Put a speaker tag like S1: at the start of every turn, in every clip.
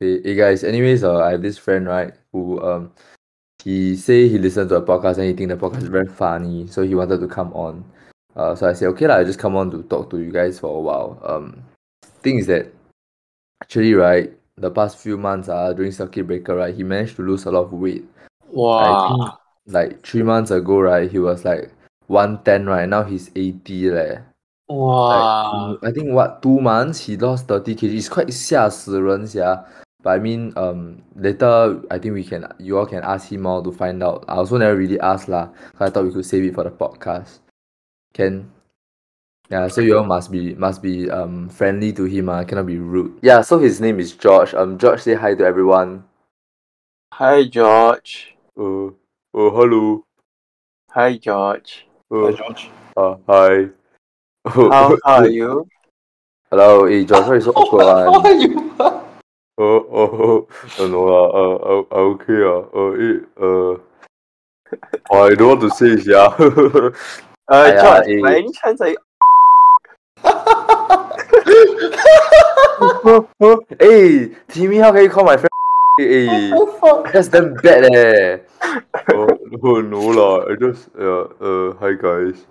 S1: Hey, hey guys, anyways, uh, I have this friend, right, who um he say he listened to a podcast and he think the podcast is very funny, so he wanted to come on. Uh, so I said, okay, lah, I just come on to talk to you guys for a while. Um, thing is that actually, right, the past few months, uh, during circuit breaker, right, he managed to lose a lot of weight. I
S2: Ah.
S1: think
S3: Wow.
S1: like three months ago, right, he was like 110, right, now he's 80 leh. Like
S3: Wow.
S1: in, I think what two months he lost thirty kg. It's quite 吓死人 sia. But I mean, um, later I think we can you all can ask him all to find out. I also never really asked lah. 'cause I thought we could save it for the podcast. Can yeah. So you all must be must be um friendly to him. Ah, cannot be rude. Yeah. So his name is George. Um, George, say hi to everyone.
S3: Hi, George.
S1: Uh, oh, hello.
S3: Hi, George.
S1: Uh, George. Uh, hi.
S3: How
S1: Oh,
S3: are you?
S1: hello. Hey, George. Why you so awkward ah?
S3: How
S1: one?
S3: are you?
S1: Oh, oh, oh, no lah, uh, uh, uh, okay ah, uh, eh, uh, I don't want to say it, yeah.
S3: Uh,
S1: Aya,
S3: George, by
S1: eh,
S3: any chance are you?
S1: hey, Timmy, how can you call my friend? Hey,
S3: What
S1: that's damn bad eh. Oh, no, no lah, I just, yeah, uh, hi guys.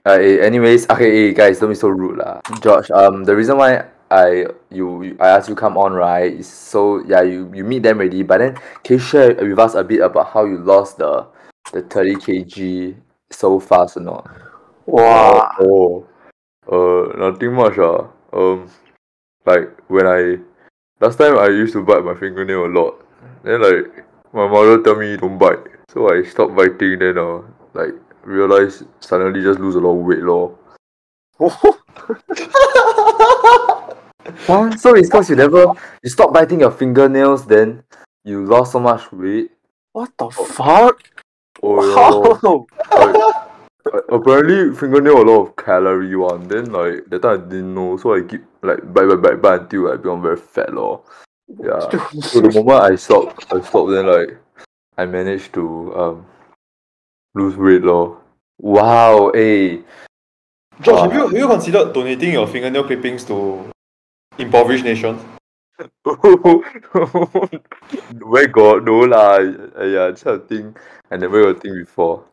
S1: Uh, eh, anyways, okay, eh, guys, don't be so rude lah. George, um, the reason why I you, you I asked you come on right is so yeah you you meet them already, but then can you share with us a bit about how you lost the the thirty kg so fast or not? Oh,
S3: Wow.
S1: oh, uh, nothing much ah. Um, like when I last time I used to bite my fingernail a lot. Then like my mother tell me don't bite, so I stopped biting. Then uh, like realize suddenly just lose a lot of weight lor. What? So it's because you never you stop biting your fingernails, then you lost so much weight.
S3: What the fuck?
S1: Oh ya lor.
S3: Wow.
S1: Like I- uh, apparently fingernail a lot of calorie one. Then like that time I didn't know, so I keep like bite bite bite bite until I become very fat lor. Yeah. So the moment I stop, I stop. Then like I managed to um lose weight lor. Wow. Eh.
S4: George, have you,
S1: Wow.
S4: have you considered donating your fingernail clippings to impoverished nations?
S1: Where God no lah. Yeah. This kind of thing I never even think before.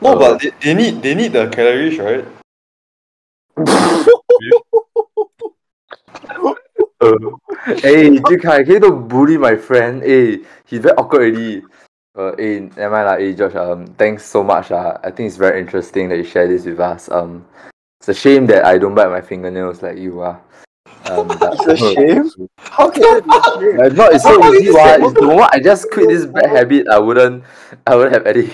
S4: No,
S1: Uh,
S4: but they, they need they need the calories, right?
S1: Uh, hey, Jun Kai, can you don't bully my friend? Hey, he's very awkward already. Uh, hey, never mind lah. Hey, Josh, um, thanks so much lah. I think it's very interesting that you share this with us. Um, it's a shame that I don't bite my fingernails like you are. Um, but
S3: It's a shame. How can it be a shame?
S1: but not Uh, it's so
S3: How can
S1: easy.
S3: you say?
S1: Why? It's the moment I just quit this bad habit, I wouldn't, I wouldn't have any.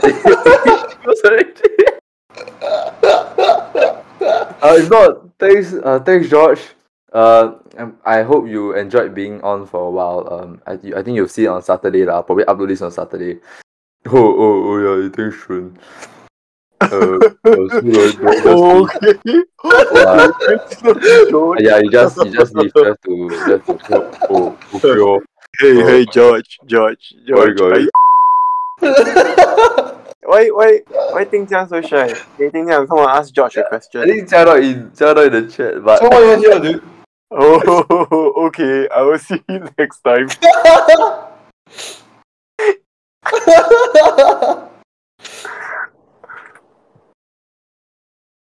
S1: Uh, if not, thanks, uh, thanks, George. Uh, um, I hope you enjoyed being on for a while. Um, I, I think you'll see it on Saturday lah. I'll probably upload this on Saturday. Oh, oh, oh yeah, you think soon. Uh, uh, so, uh, don't just leave.
S3: Okay.
S1: Uh,
S3: Oh, George.
S1: yeah, you just you just leave just to just to oh, oh okay. Oh,
S3: Hey,
S1: uh,
S3: hey, George, George,
S1: bye
S3: George. Are
S1: guys.
S3: you? Why, why, why think Jiang so shy? Hey, Ting Jiang, come on, ask George a
S1: I
S3: question.
S1: think Jia in Jia in the chat, but
S4: So what you want here, dude?
S3: Oh, okay. I will see you next time.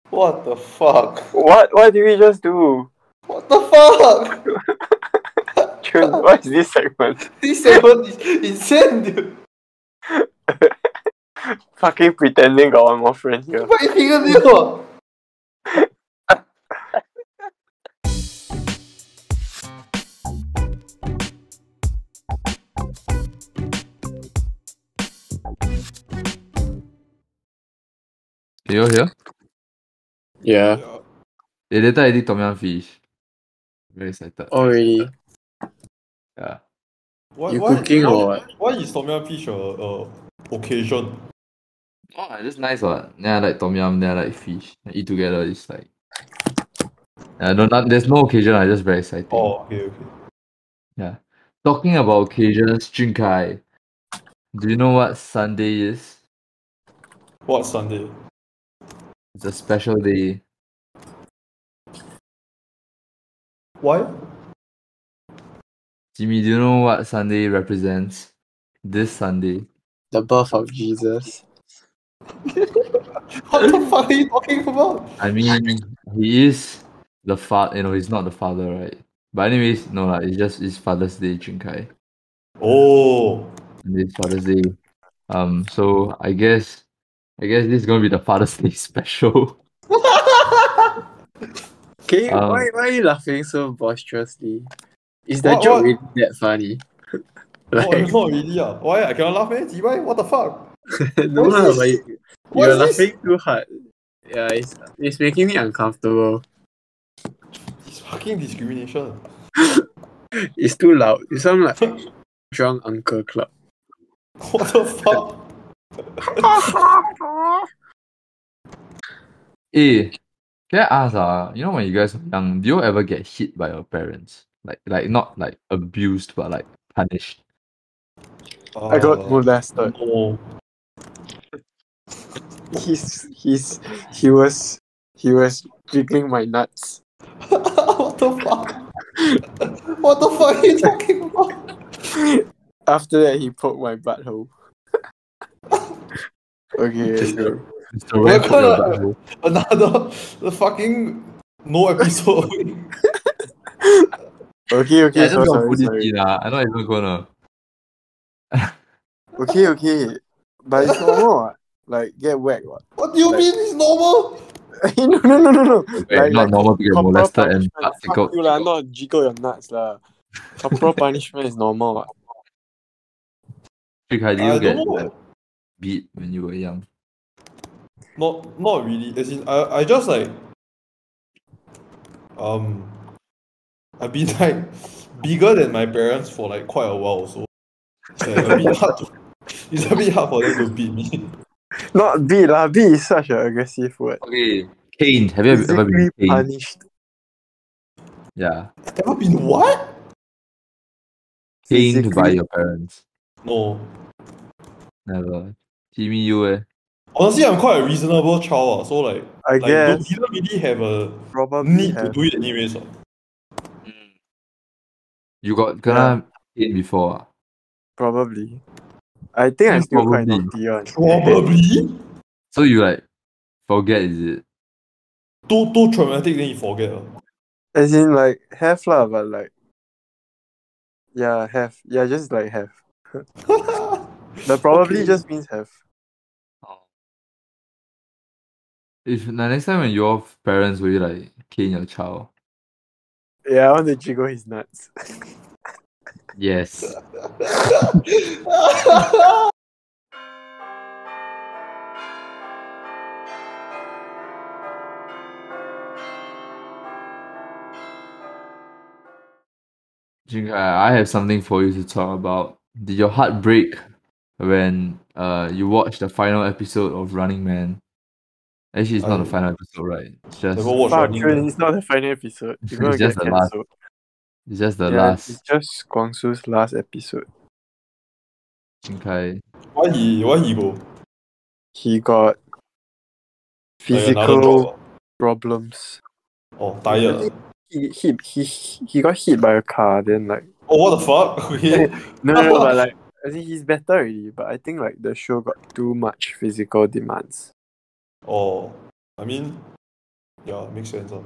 S4: What the fuck?
S3: What? What did we just do?
S4: What the fuck?
S3: Chun, what is this segment?
S4: This segment is insane, dude.
S3: Fucking pretending got one more friend here.
S4: What is fingernail?
S1: you all here?
S3: Yeah.
S1: Yeah, later I did tom yum fish. Very excited.
S2: Oh,
S3: Already.
S1: Yeah.
S4: Why,
S3: You cooking or what?
S4: Why is tom yum fish a, a occasion?
S1: Oh, it's just nice what. Then I like tom yum, then I like fish. I eat together, it's like I don't know, there's no occasion, I just very exciting.
S4: Oh, okay, okay.
S1: Yeah. Talking about occasions, Jun Kai, do you know what Sunday is?
S4: What Sunday?
S1: It's a special day.
S4: Why?
S1: Jimmy, do you know what Sunday represents? This Sunday.
S2: The birth of Jesus.
S4: What the fuck are you talking about?
S1: I mean, he is the father. You know, he's not the father, right? But anyways, no lah. It's just it's Father's Day, Chinkai.
S4: Oh,
S1: And it's Father's Day. Um, so I guess, I guess this is gonna be the Father's Day special.
S2: Can you,
S1: Um,
S2: why, why are you laughing so boisterously? Is that
S4: What-
S2: joke
S4: what-
S2: really that funny?
S4: oh
S2: like,
S4: not really. Ah, Why? I cannot laugh, man. Why? What the fuck?
S2: no,
S4: what
S2: lah,
S4: is
S2: but
S4: this?
S2: you,
S4: What
S2: you're
S4: is this?
S2: laughing too hard. Yeah, it's, it's making me uncomfortable.
S4: It's fucking discrimination.
S2: It's too loud. You sound like drunk uncle club.
S4: What the fuck?
S1: Eh, can I ask? Uh, you know, when you guys were young, do you all ever get hit by your parents? Like, like not like abused, but like punished.
S2: I got
S1: Oh.
S4: Uh,
S2: molested.
S4: no.
S2: He's he's he was he was jiggling my nuts.
S4: what the fuck? what the fuck are you talking about?
S2: After that, he poked my butthole. okay, so
S1: Mr. Wen put
S4: What
S1: your
S4: kind
S1: butthole-
S4: Another the fucking no episode.
S2: okay, okay,
S1: Yeah, just
S2: so
S1: gonna
S2: sorry,
S1: put it
S2: sorry.
S1: in. ah. I'm not even gonna.
S2: Okay, okay, but it's normal. what. Like get whacked. What?
S4: what do you mean it's normal?
S2: no, no, no, no, no.
S1: Wait,
S2: Like-
S1: not
S2: like
S1: normal to get
S2: Corporal
S1: molested and
S2: punishment,
S1: butt
S2: fuck
S1: tickled.
S2: you lah, not jiggle your nuts lah. Corporal punishment is normal. What?
S1: Trick, how do
S4: I
S1: you get
S4: don't know.
S1: like, beat when you were young?
S4: Not not really. As in, I I just like um I've been like bigger than my parents for like quite a while so it's like a bit hard to, it's a bit hard for them to beat me.
S2: Not beat lah. Beat is such an aggressive word.
S1: Okay, caned. Have you ever been
S2: Physically
S1: caned?
S2: punished.
S1: Yeah,
S4: Ever been what?
S1: caned by
S2: Physically-
S1: your parents.
S4: No.
S1: Never. Jimmy, you eh?
S4: Honestly I'm quite a reasonable child, ah, so like
S2: I
S4: like don't,
S2: guess
S4: didn't really have a
S2: probably
S4: need to
S2: have.
S4: do it anyways. ah.
S1: You got kena caned before? ah?
S2: Probably. I think I
S1: Yeah,
S2: still quite
S1: probably.
S2: naughty one.
S4: Probably
S1: So you like forget is it?
S4: too too traumatic then you forget. ah.
S2: As in like have lah, but like yeah, have. Yeah, just like have. That probably
S4: Okay.
S2: just means have.
S1: If na next time when your parents will you like cane your child?
S2: Yeah, I want to jiggle his nuts.
S1: Yes. Jinkai, I have something for you to talk about. Did your heart break when uh you watched the final episode of Running Man? Actually, it's not the
S4: I-
S1: final episode, right? It's just
S4: Never watched
S2: Fuck,
S4: Running Man.
S2: dude, it's not the final episode. You're gonna
S1: It's
S2: get
S1: just the last-
S2: cancelled.
S1: it's just the
S2: yeah,
S1: last
S2: It's just Guang Su's last episode.
S1: Jinkai.
S4: Why he why he go?
S2: He got
S4: Like
S2: physical
S4: another job
S2: problems.
S4: ah. Oh, tired. ah.
S2: He, he he he got hit by a car. Then like
S4: Oh, what the fuck? Okay.
S2: no no, no but like I think he's better already. But I think like the show got too much physical demands.
S4: Oh, I mean, yeah, makes sense. ah.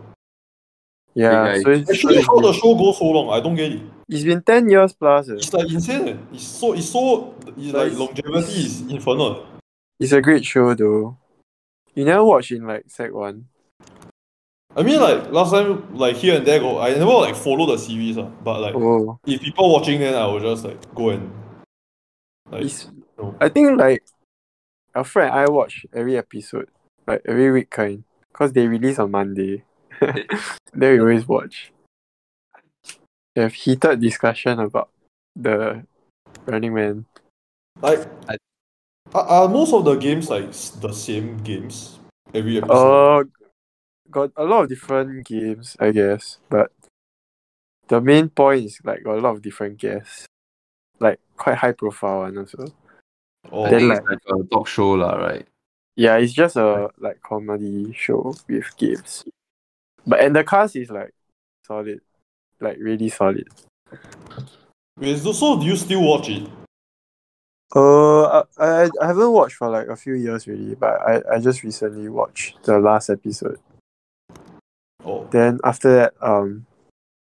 S2: Yeah,
S1: guys.
S2: so it's,
S4: Actually, how the
S2: it's
S4: show go so long? I don't get it.
S2: it's been ten years plus. eh.
S4: It's like insane. eh. It's so it's so it's like
S2: Nice.
S4: longevity is infinite.
S2: It's a great show though. You never watch in like sec one.
S4: I mean, like last time, like here and there, go. I never like follow the series, ah. But like,
S2: Oh,
S4: if people watching, then I will just like go and like.
S2: it's,
S4: no.
S2: I think like Alfred and I watch every episode, like every week kind, cause they release on Monday. then we always watch. They have heated discussion about the Running Man.
S4: Like,
S1: I-
S4: are, are most of the games like s- the same games every episode?
S2: Oh, got a lot of different games, I guess, but the main point is like got a lot of different guests, like quite high profile one also.
S1: I
S4: or
S2: then
S1: think
S2: like-
S1: it's like a talk show lah, right?
S2: Yeah, it's just a like comedy show with games, but and the cast is like solid, like really solid.
S4: Wait, so, so do you still watch it?
S2: Uh, I, I I haven't watched for like a few years really, but I, I just recently watched the last episode.
S4: Oh.
S2: Then after that, um,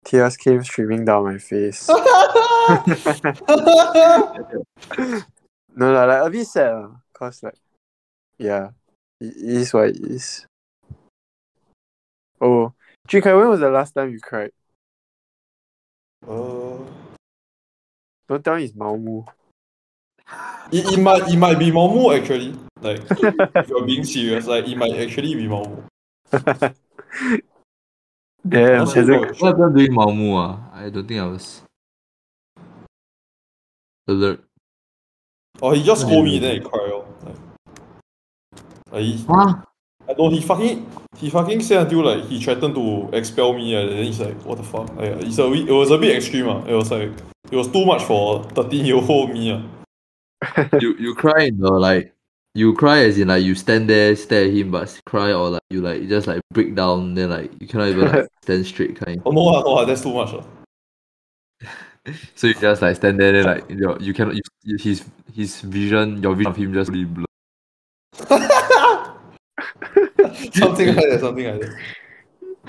S2: tears came streaming down my face.
S4: Uh,
S2: no, no, like a bit sad, lah, cause like, yeah, it it is what it is. Oh, Jinkai, when was the last time you cried?
S4: uh,
S2: Don't tell me it's Maomu.
S4: it, it might it might be Mamu actually. Like if you're being serious, like it might actually be Mamu.
S2: Damn,
S4: Honestly,
S2: Shazam-
S4: bro,
S1: What happened during Malmu? Ah? I don't think I was alert.
S4: Oh, he just scold me then he cry. Oh. Like, like he,
S1: Huh?
S4: I know he fucking he fucking said until like he threatened to expel me and then he's like, what the fuck? Like, it's a, bit- it was a bit extreme. Ah, It was like it was too much for thirteen year old me. Ah,
S1: you you cry in the like you cry as in like you stand there stare at him but cry or like you like just like break down then like you cannot even like stand straight kind.
S4: Oh no, ah, no, ah, that's too much. Ah,
S1: So you just like stand there then like your you cannot you, you- his his vision your vision of him just really blur.
S4: Something like that, something like that.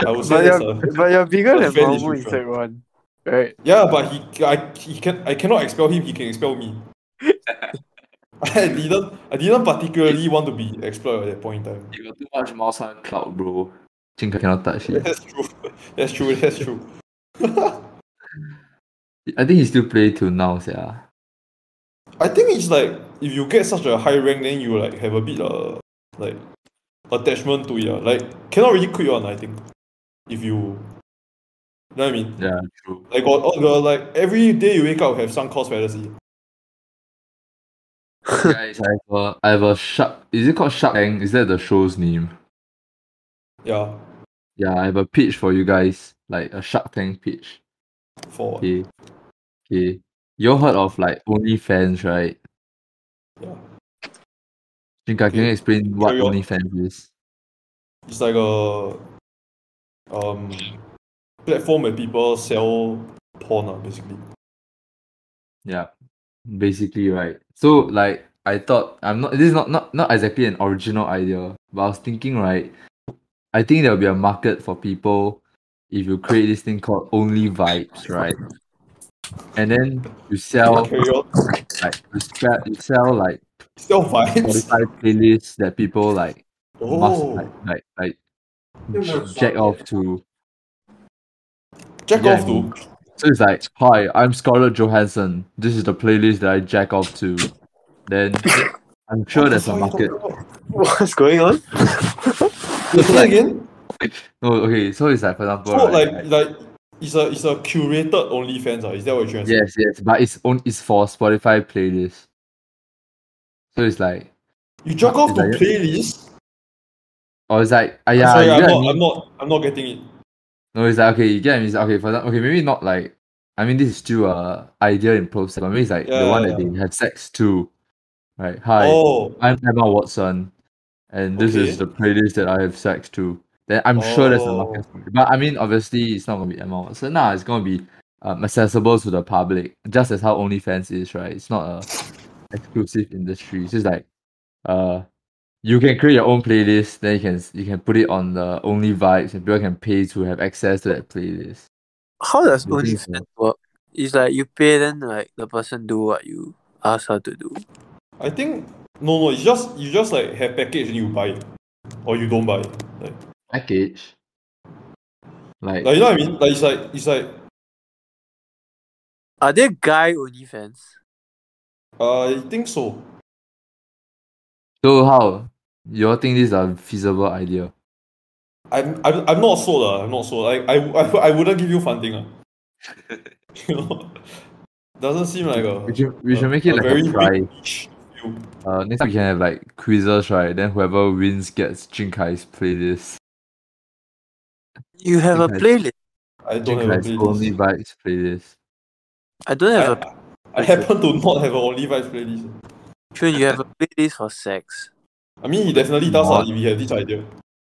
S4: I would say
S2: but,
S4: that's
S2: you're,
S4: a,
S2: but you're bigger
S4: a
S2: than
S4: fairly
S2: Maomu in
S4: neutral.
S2: Sec 1, right?
S4: Yeah, but he I he can I cannot expel him, he can expel me. I didn't I didn't particularly want to be expelled at that point in time.
S1: You got too much mouse on cloud bro. Chinka cannot touch it.
S4: That's true. That's true, that's true.
S1: I think he still play till now, yeah.
S4: I think it's like if you get such a high rank then you like have a bit uh like attachment to it. ah. Like cannot really quit on I think. If you you know what I mean?
S1: Yeah, true.
S4: Like got all the like every day you wake up have some cause fantasy.
S1: Guys, I have a, I have a shark. Is it called Shark Tank? Is that the show's name?
S4: Yeah.
S1: Yeah, I have a pitch for you guys, like a Shark Tank pitch.
S4: For
S1: Okay. Okay. You all heard of like OnlyFans, right?
S4: Yeah.
S1: Jinka, can you
S4: Okay.
S1: explain what
S4: Carry on.
S1: OnlyFans is?
S4: It's like a um platform where people sell porn, ah, basically.
S1: Yeah. Basically, right. So like I thought I'm not this is not, not not exactly an original idea, but I was thinking right, I think there'll be a market for people if you create this thing called Only Vibes, right? And then you sell
S4: Carry on.
S1: like you sell, you sell like
S4: Still vibes.
S1: Spotify playlists that people like must
S4: Oh,
S1: like like, like jack off to.
S4: jack
S1: yeah,
S4: off too.
S1: So it's like, hi, I'm Scarlett Johansson. This is the playlist that I jack off to. Then I'm sure there's a market.
S2: What's going on?
S4: Say again.
S1: No, okay. So it's like, for example,
S4: So
S1: right,
S4: like
S1: like-
S4: like it's a it's a curated OnlyFans. ah, Is that what you're trying to say?
S1: yes, yes, but it's on. It's for Spotify playlist. So it's like,
S4: You jack off
S1: Is
S4: to
S1: that it?
S4: playlists.
S1: or it's like, ah, yeah,
S4: Sorry,
S1: you
S4: I'm
S1: get
S4: not,
S1: what I mean?
S4: I'm not I'm not getting it.
S1: No, it's like okay, you get what I mean? It's like, okay, for example, okay, maybe not like. I mean, this is still a idea in process, but maybe it's like the
S4: Yeah,
S1: one
S4: yeah,
S1: that they have sex to, right? Hi,
S4: Oh,
S1: I'm Emma Watson, and this is
S4: Okay.
S1: the playlist that I have sex to. Then I'm sure there's a market.
S4: Oh.
S1: for it. But I mean, obviously, it's not gonna be Emma Watson. Nah, it's gonna be um, accessible to the public, just as how OnlyFans is, right? It's not a exclusive industry. It's just like, uh, you can create your own playlist. Then you can you can put it on the Only Vibes, and people can pay to have access to that playlist.
S5: How does
S1: I think
S5: OnlyFans work? It's like you pay then like the person do what you ask her to do.
S4: I think no no. It's just you just like have package and you buy it, or you don't buy it. Like,
S1: Package. Like,
S4: like you know what I mean? Like it's like it's like
S5: Are there guy OnlyFans?
S4: uh, I think so.
S1: so how you all think this is a feasible idea?
S4: I'm, I'm, I'm not sold. Uh, I'm not sold. Like, I, I, I wouldn't give you funding. Uh. you know? Doesn't seem like a.
S1: We should, we
S4: a-
S1: should make it
S4: a
S1: like
S4: very
S1: a try.
S4: big niche field.
S1: Uh, next time we can have like quizzes, right? Then whoever wins gets Jinkai's playlist.
S5: You have a
S1: Think I-
S5: playlist.
S4: I don't have a
S1: Jinkai's only
S4: playlist.
S1: vibes playlist.
S5: I don't have a
S4: I, I happen to not have an only vibes playlist.
S5: Shun, you have a playlist for sex.
S4: I mean, he definitely does uh,
S1: What?
S4: if he had this idea.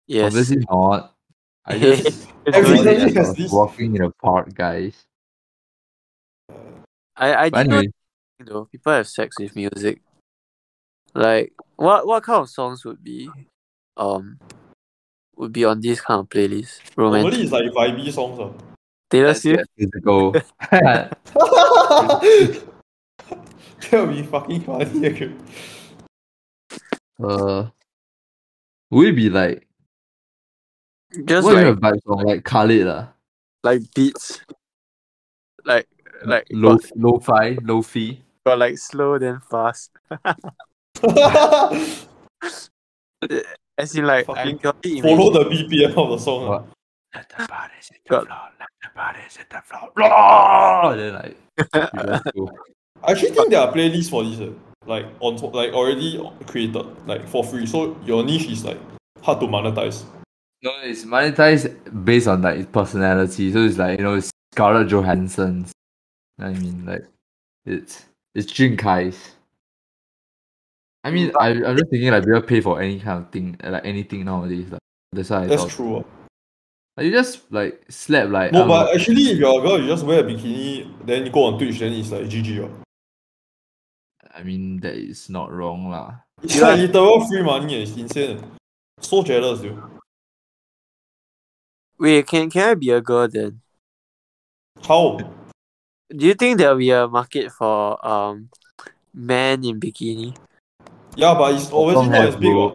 S5: Yes.
S1: Obviously not. I just
S5: Everybody
S1: I was
S4: has this.
S1: walking in the park, guys.
S2: I I
S1: But
S2: did not
S1: anyway,
S2: think though. People have sex with music. Like what what kind of songs would be um would be on these kind of playlists? Romantic
S4: Normally it's like vibey songs. ah.
S2: Taylor
S6: That's
S2: Swift?
S1: physical.
S4: that would be fucking funny. okay.
S1: uh, would it be like
S2: Just
S1: what do you
S2: like
S1: have vibes on like Khalid lah?
S2: like beats. Like like
S1: low
S2: got,
S1: low fi low fi.
S2: got like slow then fast. As in like I
S4: Fucking
S2: got it
S4: Follow the BPM of the song. ah.
S1: What? Let the body hit the
S2: Got-
S1: floor. Let the body hit the floor. Roar! Then like you just go.
S4: I actually think there are playlists for this, eh. like on to- like already created, like for free. So your niche is like hard to monetize.
S1: No, it's monetized based on like its personality. So it's like you know Scarlett Johansson's. I mean, like it's it's Jun Kai's. I mean, I I'm just thinking like people pay for any kind of thing, like anything nowadays. Like, that's why I
S4: That's
S1: thought.
S4: true. ah.
S1: Like, you just like slap like. I
S4: No,
S1: don't
S4: but
S1: know.
S4: actually, if you're a girl, you just wear a bikini, then you go on Twitch, then it's like GG. ah.
S1: I mean that is not wrong lah.
S4: It's like literal free money. eh. It's insane. So jealous, dude.
S2: Wait, can can I be a girl then?
S4: How?
S2: Do you think there'll be a market for um men in bikini?
S4: Yeah, but it's obviously
S1: Confirm
S4: not
S1: have,
S4: as big.
S1: bro.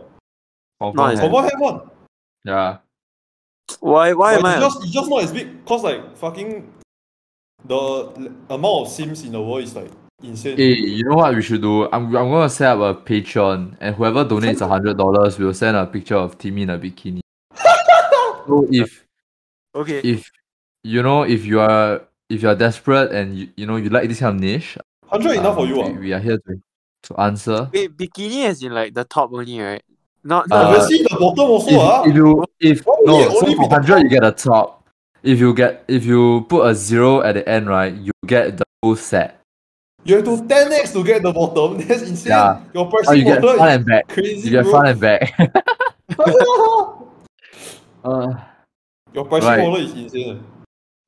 S4: ah.
S1: Confirm
S2: it's-
S1: have-
S4: Confirm have one.
S1: Yeah.
S2: Why why
S4: But
S2: am I
S4: it's
S2: a-
S4: just it's just not as big. Cause like fucking the l- amount of sims in the world is like insane.
S1: Hey, you know what we should do? I'm I'm gonna set up a Patreon, and whoever donates a hundred dollars, we'll send a picture of Timmy in a bikini. so if
S2: okay?
S1: if you know if you are if you are desperate and you, you know you like this kind of niche,
S4: Hundred enough for
S1: um,
S4: you. ah.
S1: We, we are here to to answer.
S2: Wait, bikini as in like the top only, right? Not
S1: Uh,
S2: not
S4: Obviously, the bottom also. ah.
S1: if, if you if
S4: Why would
S1: no
S4: it only
S1: so
S4: be
S1: for
S4: the
S1: hundred you get a top. If you get if you put a zero at the end, right, you get the whole set.
S4: You have to 10x to get the bottom. That's insane.
S1: Yeah. Oh,
S4: Your
S1: you
S4: pricing
S1: get
S4: model
S1: front
S4: is
S1: and back. You
S4: crazy.
S1: get
S4: bro.
S1: front and back. uh,
S4: Your pricing
S1: Right.
S4: model is insane.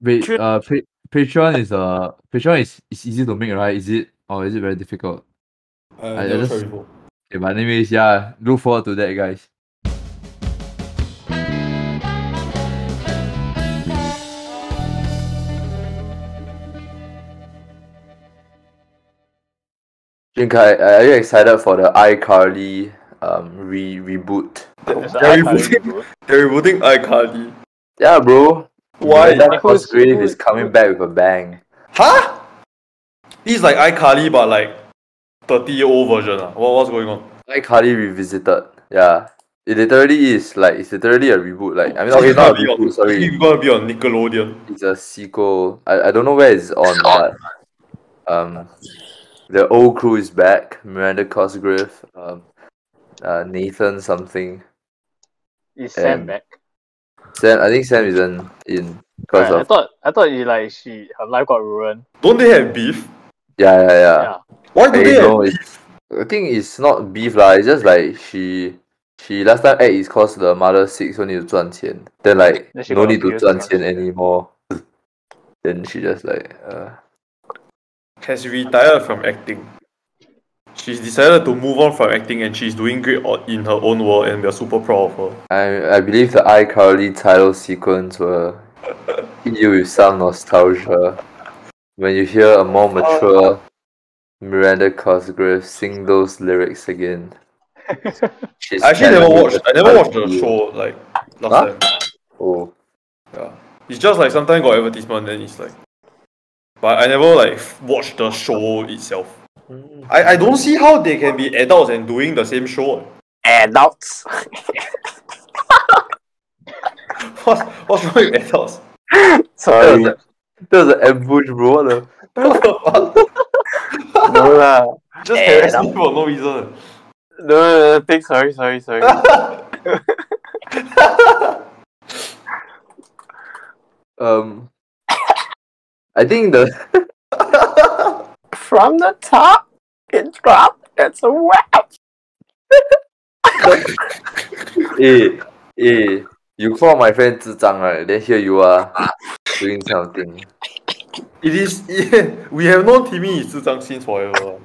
S1: Wait,
S2: True.
S1: uh, pa- Patreon is uh, Patreon is, is easy to make, right? Is it or is it very difficult?
S4: I,
S1: I
S4: never
S1: just-
S4: tried before.
S1: Okay, but anyways, yeah, look forward to that, guys.
S6: Jinkai, are you excited for the iCarly um re reboot?
S7: That's
S6: Yeah,
S7: the
S6: you
S7: iCarly,
S6: put-
S7: bro. They're rebooting iCarly.
S6: Yeah, bro.
S7: Why?
S6: That
S7: Who's-
S6: Cosgrave
S7: who's-
S6: is coming back with a bang.
S4: Huh? This is like iCarly, but like 30 year old version. Ah, What, what's going on?
S6: iCarly revisited. Yeah. It literally is like it's literally a reboot. Like I mean, okay, not a reboot. Sorry,
S4: It's gonna be on Nickelodeon.
S6: it's a sequel. I, I don't know where it's on, but um, the old crew is back. Miranda Cosgrove, um, uh, Nathan something.
S8: Is Sam
S6: Um,
S8: back?
S6: Sam, I think Sam isn't in because
S8: Right, I
S6: of
S8: thought I thought he like she her life got ruined.
S4: Don't they have beef?
S6: yeah, yeah, yeah.
S8: Yeah.
S4: Why do
S6: I
S4: they have
S6: know it's. I think it's not beef lah. It's just like she, she last time act is cause the mother sick, so need to 赚钱. Then like
S8: Then she
S6: no
S8: got
S6: need to
S8: abused and
S6: 赚钱 anymore. Then she just like uh,
S4: has retired from acting. She's decided to move on from acting and she's doing great o- in her own world and we're super proud of her.
S6: I I believe the iCarly title sequence will hit you with some nostalgia when you hear a more mature Miranda Cosgrove sing those lyrics again. She's
S4: I actually never
S6: challenging
S4: watched I never watched the
S6: you.
S4: show like last
S6: Huh?
S4: time.
S6: Oh,
S4: It's just like sometimes got advertisement, then it's like. But I never like watched the show itself. I, I don't see how they can be adults and doing the same show.
S2: adults.
S4: What's, what's wrong with adults?
S6: that
S7: Sorry.
S6: was, a, that was an ambush, bro. What the-
S4: What the fuck?
S7: no lah.
S4: Just harassing for no reason.
S7: No, no, no, take sorry, sorry, sorry.
S6: Um, I think the
S9: From the top, it dropped. It's a wrap.
S6: eh eh, you call my friend 智障 right? Then here you are doing something.
S4: It is. Yeah, we have known Timmy is 智障 since forever.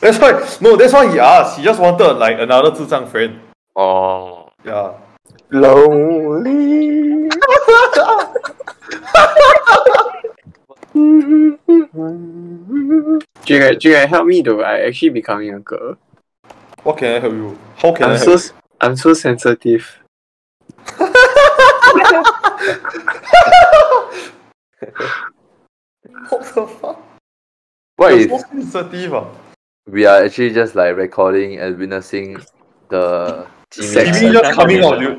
S4: that's why. No, that's why he asked. He just wanted like another 智障 friend.
S3: Oh.
S4: Yeah.
S3: Lonely.
S2: Jigga, Jigga, help me though. I actually becoming a girl.
S4: What can I help you? How can i
S2: I'm
S4: help
S2: so
S4: you?
S2: s- I'm so sensitive.
S4: What the fuck?
S1: What
S4: You're
S1: if
S4: so sensitive, ah.
S1: we are actually just like recording and witnessing the
S2: Sex.
S1: TV?
S4: Timmy just coming out, dude.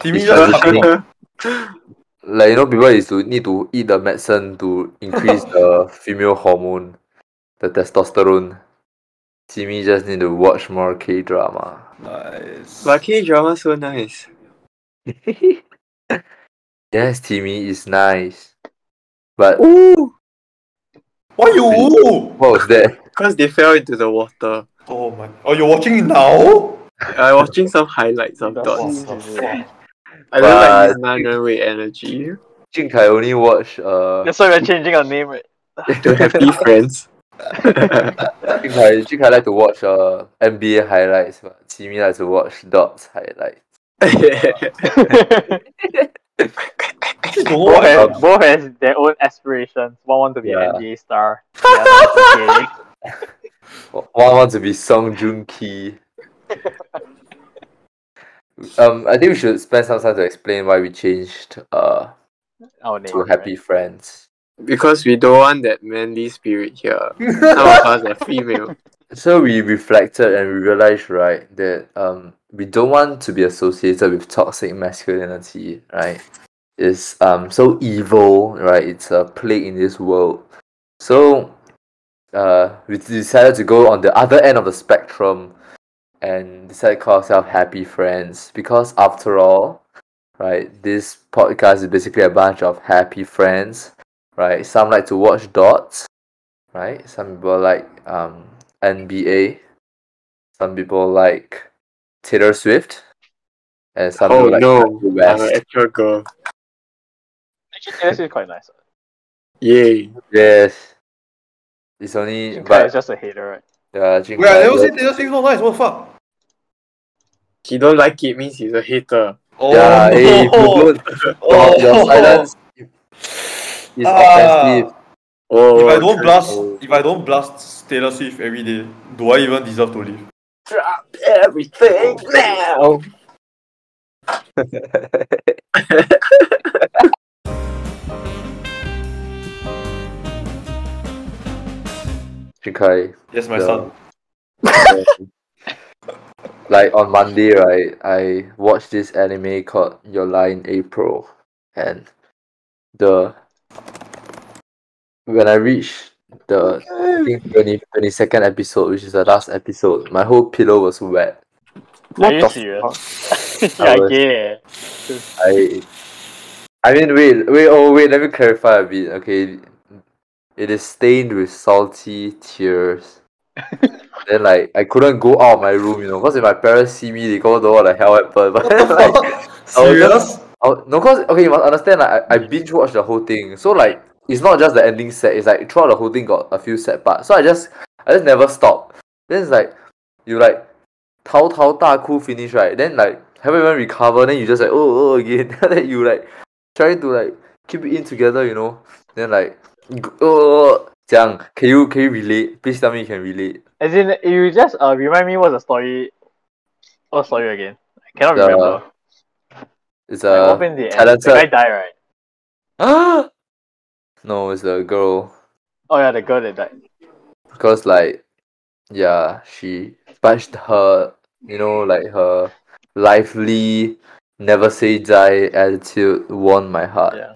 S4: Timmy
S1: It's
S4: just coming out.
S1: Like you know, people is to need to eat the medicine to increase the female hormone, the testosterone. Timmy just need to watch more K drama.
S4: Nice.
S2: But K drama so nice.
S1: Yes, Timmy is nice, but
S4: Why you?
S1: what was that?
S2: Cause they fell into the water.
S4: Oh my. Oh, you're watching it now?
S2: I watching some highlights of
S4: What
S2: dots.
S4: the fuck?
S2: I don't like this
S1: But-
S2: man runway energy.
S1: Jing Kai only watch uh
S8: That's why we're changing our name, right?
S2: To happy friends.
S1: Jing Kai, Jing Kai like to watch uh NBA highlights, but Timmy likes to watch dots highlights.
S4: I don't know
S8: both,
S4: why.
S8: has, both has their own aspirations. One want to be
S1: Yeah.
S8: an NBA star. the other wants to
S1: One wants to be Song Joong Ki. um, I think we should spend some time to explain why we changed uh
S8: change Our name.
S1: to Happy Friends.
S2: because we don't want that manly spirit here. Some of us are female.
S1: So we reflected and we realized, right, that um we don't want to be associated with toxic masculinity, right? It's um so evil, right? It's a plague in this world. So uh we decided to go on the other end of the spectrum and decided to call ourselves happy friends because after all, right, this podcast is basically a bunch of happy friends, right? Some like to watch dots, right? Some people like um NBA. Some people like Taylor Swift, and some
S2: Oh
S1: people like
S2: no,
S1: Kanye
S2: I'm an
S1: West.
S2: actual girl.
S8: Actually, Taylor Swift is quite nice.
S2: Yay.
S1: Yes, it's only
S8: But it's
S1: but
S8: just a hater, right?
S1: yeah, Jing
S4: Wait, I
S1: Kai
S4: never
S1: just-
S4: said Taylor Swift not nice. What the fuck?
S2: He don't like it means he's a hater.
S4: Oh,
S1: yeah, hey, if you don't
S4: Oh, Ah.
S1: stop your silence. It's offensive.
S2: Oh,
S4: If I don't
S2: true.
S4: blast, if I don't blast Taylor Swift every day, do I even deserve to live?
S2: drop everything now.
S1: Oh. Jing Kai,
S4: Yes, my
S1: Yeah.
S4: son.
S1: like on Monday, right? I watched this anime called Your Line April, and the when I reached the I think 20, 22nd episode, which is the last episode, my whole pillow was wet.
S8: Are you
S3: the
S8: serious?
S1: I
S8: yeah, I
S1: was-
S8: get it.
S1: I I mean wait wait oh wait let me clarify a bit okay it is stained with salty tears then like I couldn't go out of my room you know because if my parents see me they go know what the hell happened but then, like I was just- I
S4: Serious?
S1: was- Oh, no cause okay you must understand like I, I binge watched the whole thing so like it's not just the ending set it's like throughout the whole thing got a few set parts so I just I just never stopped then it's like you like 嚎啕大哭 finish right then like haven't even recover then you just like oh oh again then you like try to like keep it in together you know then like go- oh oh, 讲 can you can you relate please tell me you can relate
S8: As in, you just uh, remind me what's the story. What's the story again? I cannot
S1: The-
S8: remember.
S1: it's
S8: Like,
S1: a
S8: what happened in the end? The guy
S1: talented
S8: died, right?
S1: no it's the girl
S8: Oh yeah, the girl that died.
S1: because like yeah she but sh- her you know like her lively never say die attitude won my heart
S8: Yeah.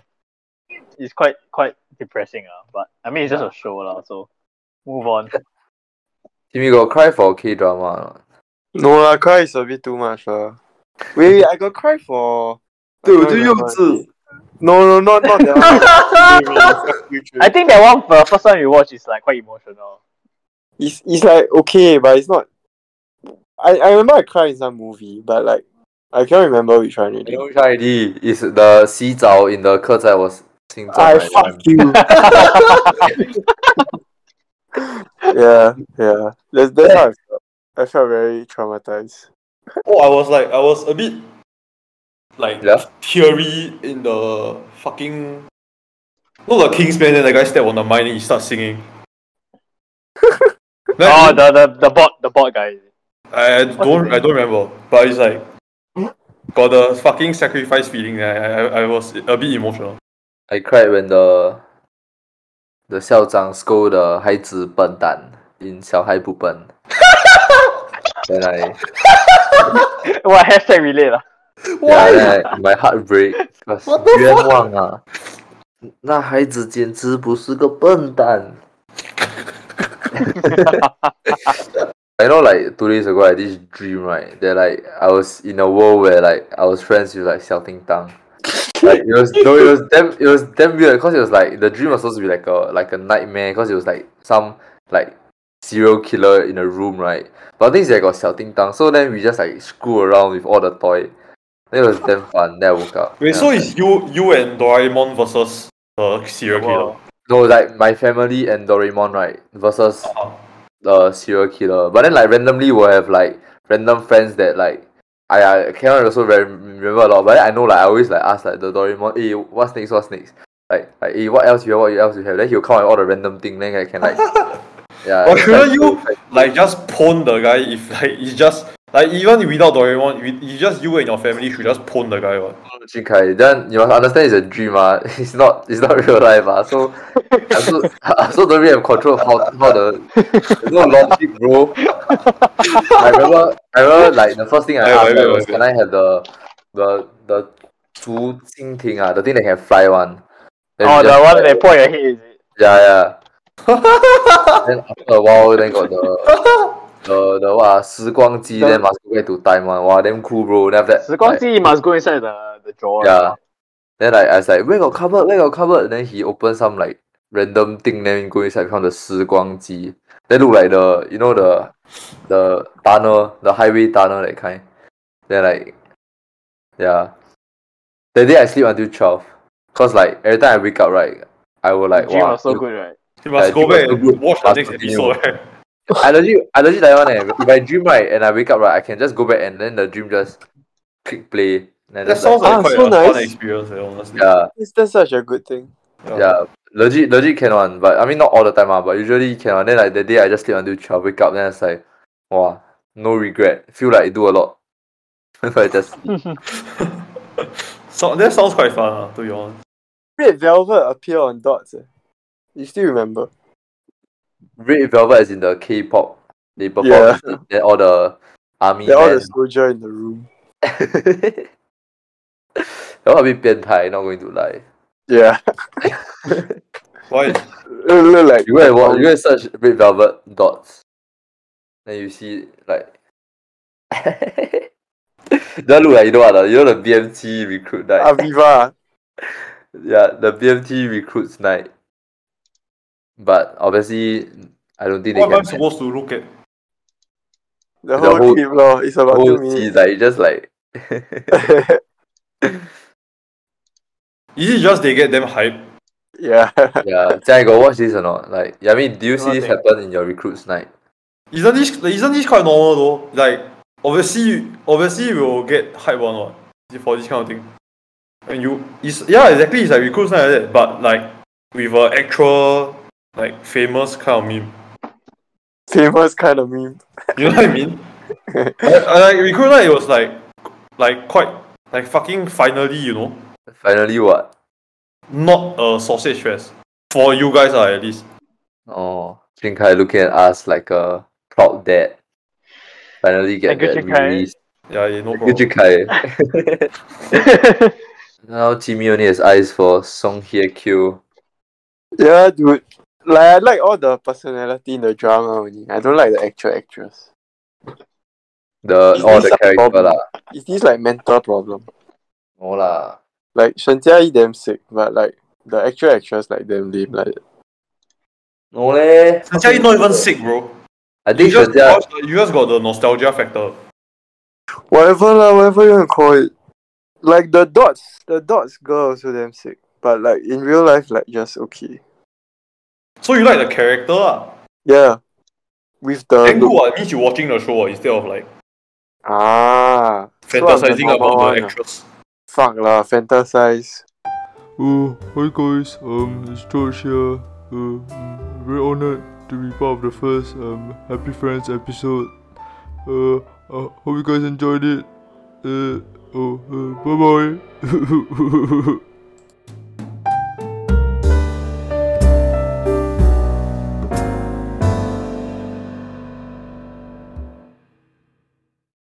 S8: It's quite quite depressing, uh, but I mean, it's just a show, lah. so move on.
S1: Timmy got cry for K drama or not?
S3: No lah, cry is a bit too much lah. Wait, I got cry for. I
S1: Dude,
S3: can't
S1: you
S3: remember
S1: too.
S3: already. No, no, not not that
S8: I
S3: one.
S8: think that one for the first time you watch is like quite emotional.
S3: it's it's like okay, but it's not. I, I remember I cried in some movie, but like I can't remember which one
S1: I
S3: it
S1: know which one already. It's the 洗澡 in the 客栈 was
S3: I
S1: 心脏来
S3: fuck you. yeah, yeah. That's, that's how I felt. I felt very traumatized.
S4: Oh, I was like, I was a bit like
S1: Yeah.
S4: teary in the fucking. Not the Kingsman, then the guy step on the mic and he starts singing. Like,
S8: Oh, the the the bot the bot guy.
S4: I don't I don't remember, but it's like got the fucking sacrifice feeling. I I, I was a bit emotional.
S1: I cried when the the 校长 scold the 孩子笨蛋 in 小孩不笨 then I
S8: What hashtag relate lah?
S1: yeah, then I, my heart break cause ah. 冤枉啊那孩子简直不是个笨蛋 I know like two days ago I had this dream right that like I was in a world where like I was friends with like Xiao Ting Tang. Like it was no it was damn it was damn weird because it was like the dream was supposed to be like a like a nightmare because it was like some like serial killer in a room right. But I think it's like got Xiao Ting Tang so then we just like screw around with all the toy. Then it was damn fun. Then I woke up.
S4: Wait,
S1: Yeah.
S4: so it's you you and Doraemon versus uh, serial killer.
S8: Wow.
S1: no like my family and Doraemon right versus
S4: Oh.
S1: the serial killer. But then like randomly we'll have like random friends that like I, I cannot also re- remember a lot. But then I know like I always like ask like the Doraemon, hey what's next, what's next? Like like hey what else you have, what else you have? Then he'll come out with all the random thing. Then I can like yeah.
S4: Or
S1: it's
S4: shouldn't
S1: like-
S4: you like just pawn the guy if like it's just like even without Doraemon, you, you just you and your family should just pawn the guy. What?
S1: Jun Kai, then you must understand it's a dream, ah. It's not it's not real life, ah. So I also, I also don't really have control of how, how the there's no logic, bro. I remember I remember like the first thing I
S4: Wait,
S1: asked
S4: wait,
S1: like,
S4: wait,
S1: was
S4: wait,
S1: can I have the the the 竹蜻蜓 ah, the thing that can fly one. Then
S8: Oh,
S1: we
S8: the
S1: just-
S8: one that point your head is it?
S1: yeah, yeah. then after a while, then got the the the what? ah, 时光机 then must go back to time one. Wow, damn cool, bro. Then after that, like-
S8: 时光机 must go inside the the drawer.
S1: yeah. Then like, I was like, where got cupboard, where got cupboard? Then he opened some like random thing, then go inside found the 时光机. Then look like the you know the the tunnel, the highway tunnel that kind. Then like yeah. That day I sleep until twelve. Cause like every time I wake up right, I will like
S8: Dream
S1: wow,
S8: was so good, right?
S4: You must
S1: Yeah,
S4: go
S1: you
S4: back
S1: must
S4: and
S1: go-
S4: watch the
S1: must
S4: next
S1: continue.
S4: episode. eh.
S1: I legit I legit like one eh. If I dream right and I wake up right, I can just go back and then the dream just click play. And I
S4: That
S1: just like,
S4: sounds like
S3: Ah,
S4: quite
S3: so
S4: a fun
S3: nice.
S4: experience, eh, honestly.
S1: yeah.
S3: Is that such a good thing?
S1: Yeah, legit, legit can one. But I mean, not all the time, ah, but usually can one. Then like the day I just sleep until twelve, wake up, then it's like, wow, no regret. Feel like I do a lot. If I just sleep.
S4: So that sounds quite fun, uh, to be honest.
S3: Red Velvet appear on dots. Eh. You still remember?
S1: Red Velvet is in the K-pop. They perform
S3: Yeah.
S1: it, then all the army
S3: They're all
S1: men.
S3: the soldier in the room.
S1: that one a bit 变态. Not going to lie.
S3: Yeah.
S4: Why?
S3: It look like
S1: You go and watch, you go and search Red Velvet dots, then you see like. that look like you know what? the- You know the BMT recruit night.
S3: Aviva.
S1: Yeah, the BMT recruits night. But obviously, I don't think they
S4: What am I
S1: can.
S4: supposed to look at?
S3: The whole,
S1: whole-
S3: clip lor. It's
S1: the
S3: about
S1: whole
S3: two
S1: seas,
S3: minutes.
S1: like, it's just like.
S4: Is it just they get them hype?
S3: yeah.
S1: yeah, Jia, you got watch this or not? Like, I mean, do you see this
S8: think-
S1: happen in your recruits night?
S4: Isn't this isn't this quite normal though? Like obviously obviously we'll get hype or not for this kind of thing. And you is yeah exactly it's like recruits night like that, but like with a actual like famous kind of meme.
S3: Famous kind of meme.
S4: You know what I mean? I, I, like recruit night it was like like quite like fucking finally you know
S1: Finally, what?
S4: not a sausage fest for you guys uh, at least.
S1: Oh, Jin Kai looking at us like a proud dad. Finally, get
S8: Thank you,
S1: that
S8: Jin Kai.
S1: release.
S4: Yeah, yeah no
S1: Good
S4: problem.
S1: Jin Kai. Now, Jimmy only has eyes for Song Hye Kyo.
S3: Yeah, dude. Like I like all the personality in the drama only. I don't like the actual actress.
S1: The,
S3: Is
S1: all
S3: this
S1: the
S3: a
S1: character
S3: problem?
S1: lah.
S3: Is this like mental problem?
S1: No lah.
S3: Like Shen Jia Yi damn sick, but like the actual actress like damn lame like that.
S1: No leh.
S4: Sanjay not even sick bro.
S1: I
S4: You
S1: think
S4: just,
S1: Shenzhen-
S4: got- you just got the nostalgia factor.
S3: Whatever lah, whatever you wanna call it. Like the dots, the dots girl also damn sick.
S2: But like in real life, like just okay.
S4: So you like the character? ah?
S2: Yeah. With the
S4: Then good, ah, it means you watching the show ah, instead of like
S2: ah So I'm the
S4: fantasizing
S2: normal
S4: about
S2: one
S4: the
S2: ah.
S4: actress.
S2: fuck lah, fantasize.
S10: Oh, hi guys, um, it's George here. Uh, mm, very honored to be part of the first um Happy Friends episode. Uh, I hope you guys enjoyed it. Uh, oh, uh, bye bye.